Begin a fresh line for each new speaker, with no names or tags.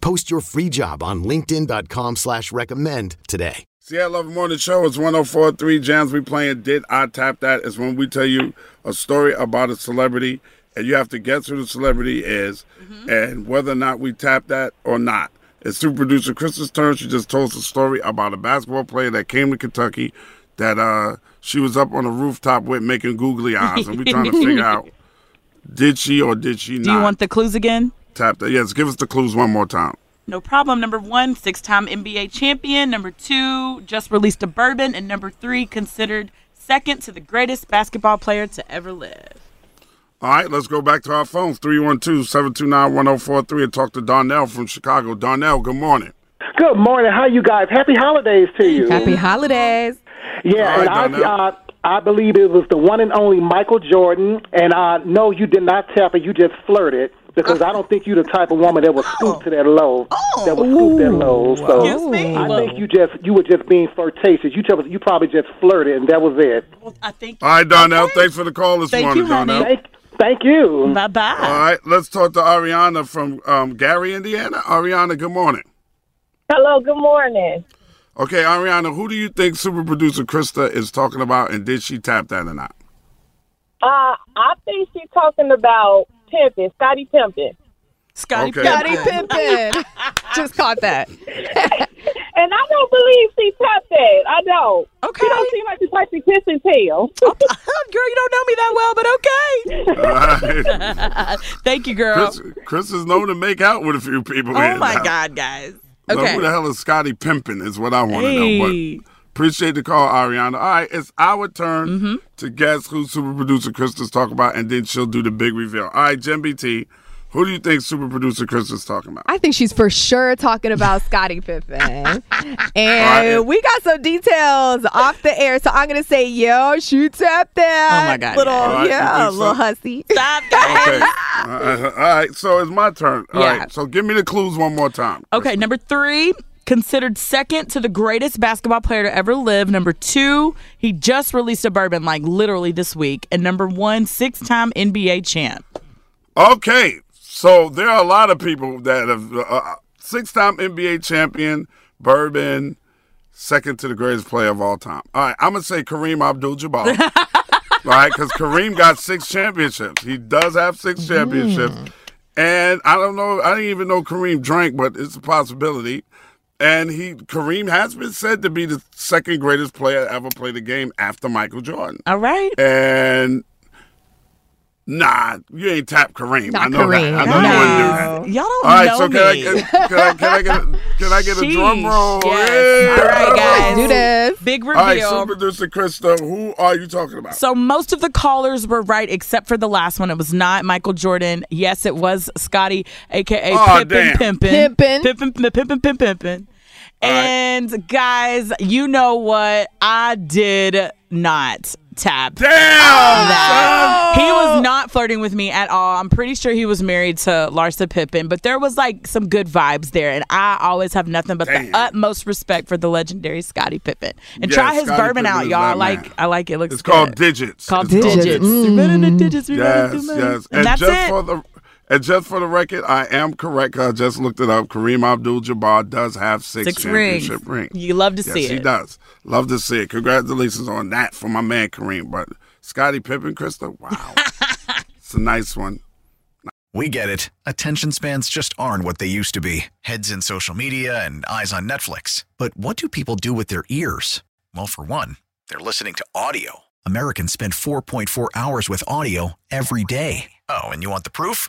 Post your free job on LinkedIn.com slash recommend today.
See, I love morning show. It's 1043 Jams. We playing Did I Tap That? Is when we tell you a story about a celebrity and you have to guess who the celebrity is
Mm-hmm.
and whether or not we tap that or not. It's super producer Kristen's turn. She just told us a story about a basketball player that came to Kentucky that uh, she was up on a rooftop with making googly eyes. And we trying to figure out did she or did she not
Do you want the clues again?
tap that? Yes, give us the clues one more time.
No problem. Number one, six time NBA champion. Number two, just released a bourbon. And number three, considered second to the greatest basketball player to ever live.
All right, let's go back to our phones 312 729 1043 and talk to Darnell from Chicago. Darnell, good morning.
Good morning. How you guys? Happy holidays to you.
Happy holidays.
yeah,
All right,
and I,
Donnell.
uh, I believe it was the one and only Michael Jordan. And I know you did not tap it. You just flirted because I don't think you're the type of woman that would
Oh.
stoop to that low. That would stoop that low. So
Excuse me?
I think you just you were just being flirtatious. You tell us you probably just flirted, and that was it.
Well, I think.
All right, Darnell, thanks for the call this
Thank
morning,
you, honey.
Darnell.
Thank, thank you.
Bye
All
bye.
right, let's talk to Ariana from um, Gary, Indiana. Ariana, good morning.
Hello, good morning.
Okay, Ariana, who do you think super producer Krista is talking about, and did she tap that or not?
Uh, I think she's talking about pimping, Scotty pimping.
Scotty
Okay.
Pippen.
Scotty Pippen. Just caught that.
And I don't believe she tapped that. I don't.
Okay. Oh,
She don't seem like the type to kiss and tell.
girl, you don't know me that well, but okay.
All right.
Thank you, girl.
Chris, Chris is known to make out with a few people.
oh
here
my
now.
God, guys.
So
Okay.
who the hell is Scotty Pimpin? Is what I want to know.
Hey.
But appreciate the call, Ariana. All right, it's our turn to guess who super producer Krista's talking about, and then she'll do the big reveal. All right, Jen BT, who do you think super producer Krista's talking about?
I think she's for sure talking about Scottie Pippen.
right.
And we got some details off the air. So I'm going to say, yo, she tapped that.
Oh, my God,
Little,
yeah.
All right, you
yeah,
think so?
little hussy.
Stop, guys.
Okay. Uh, all right, so it's my turn. All right,
Yeah.
so give me the clues one more time.
Okay, number three, considered second to the greatest basketball player to ever live. Number two, he just released a bourbon like literally this week. And number one, six time NBA champ.
Okay, so there are a lot of people that have uh, six-time NBA champion, bourbon, second to the greatest player of all time. All right, I'm gonna say Kareem Abdul-Jabbar. all right, because Kareem got six championships. He does have six championships, and I don't know. I didn't even know Kareem drank, but it's a possibility. And he Kareem has been said to be the second greatest player to ever play the game after Michael Jordan.
All right.
And nah, you ain't tap Kareem.
Not
I know
Kareem.
that. I know you wouldn't do that.
Y'all don't
All right,
know
so
me.
can I, get, can, I, can I get a, can I get a drum
Sheesh,
roll?
yes.
Hey,
All right,
drum
guys.
roll.
Do this.
Big
All right,
reveal.
so producer Krista, who are you talking about?
So most of the callers were right except for the last one. It was not Michael Jordan. Yes, it was Scotty, aka
Aw,
Pippin
damn.
Pimpin.
Pimpin'.
Pimpin Pimpin Pimpin Pimpin. Pimpin.
All right.
And guys, you know what? I did not tap
Damn!
that. He was not flirting with me at all. I'm pretty sure he was married to Larsa Pippen, but there was like some good vibes there. And I always have nothing but
Damn.
the utmost respect for the legendary Scottie Pippen. And
Yeah,
try his
Scottie
bourbon
Pippen
out,
is
y'all.
my
I like
man.
I like it. it looks
It's called
good.
digits.
Called
It's
digits. Mm.
Digits.
We run into digits. We run
Yes,
into money.
yes.
And, that's
just
it.
for the and just for the record, I am correct. 'cause I just looked it up. Kareem Abdul-Jabbar does have six,
Six rings.
championship rings.
You love to
yes,
see
he
it.
does. Love to see it. Congratulations on that for my man Kareem. But Scottie Pippen, Krista, wow, it's a nice one.
We get it. Attention spans just aren't what they used to be heads in social media and eyes on Netflix. But what do people do with their ears? Well, for one, they're listening to audio. Americans spend 4.4 hours with audio every day. Oh, and you want the proof?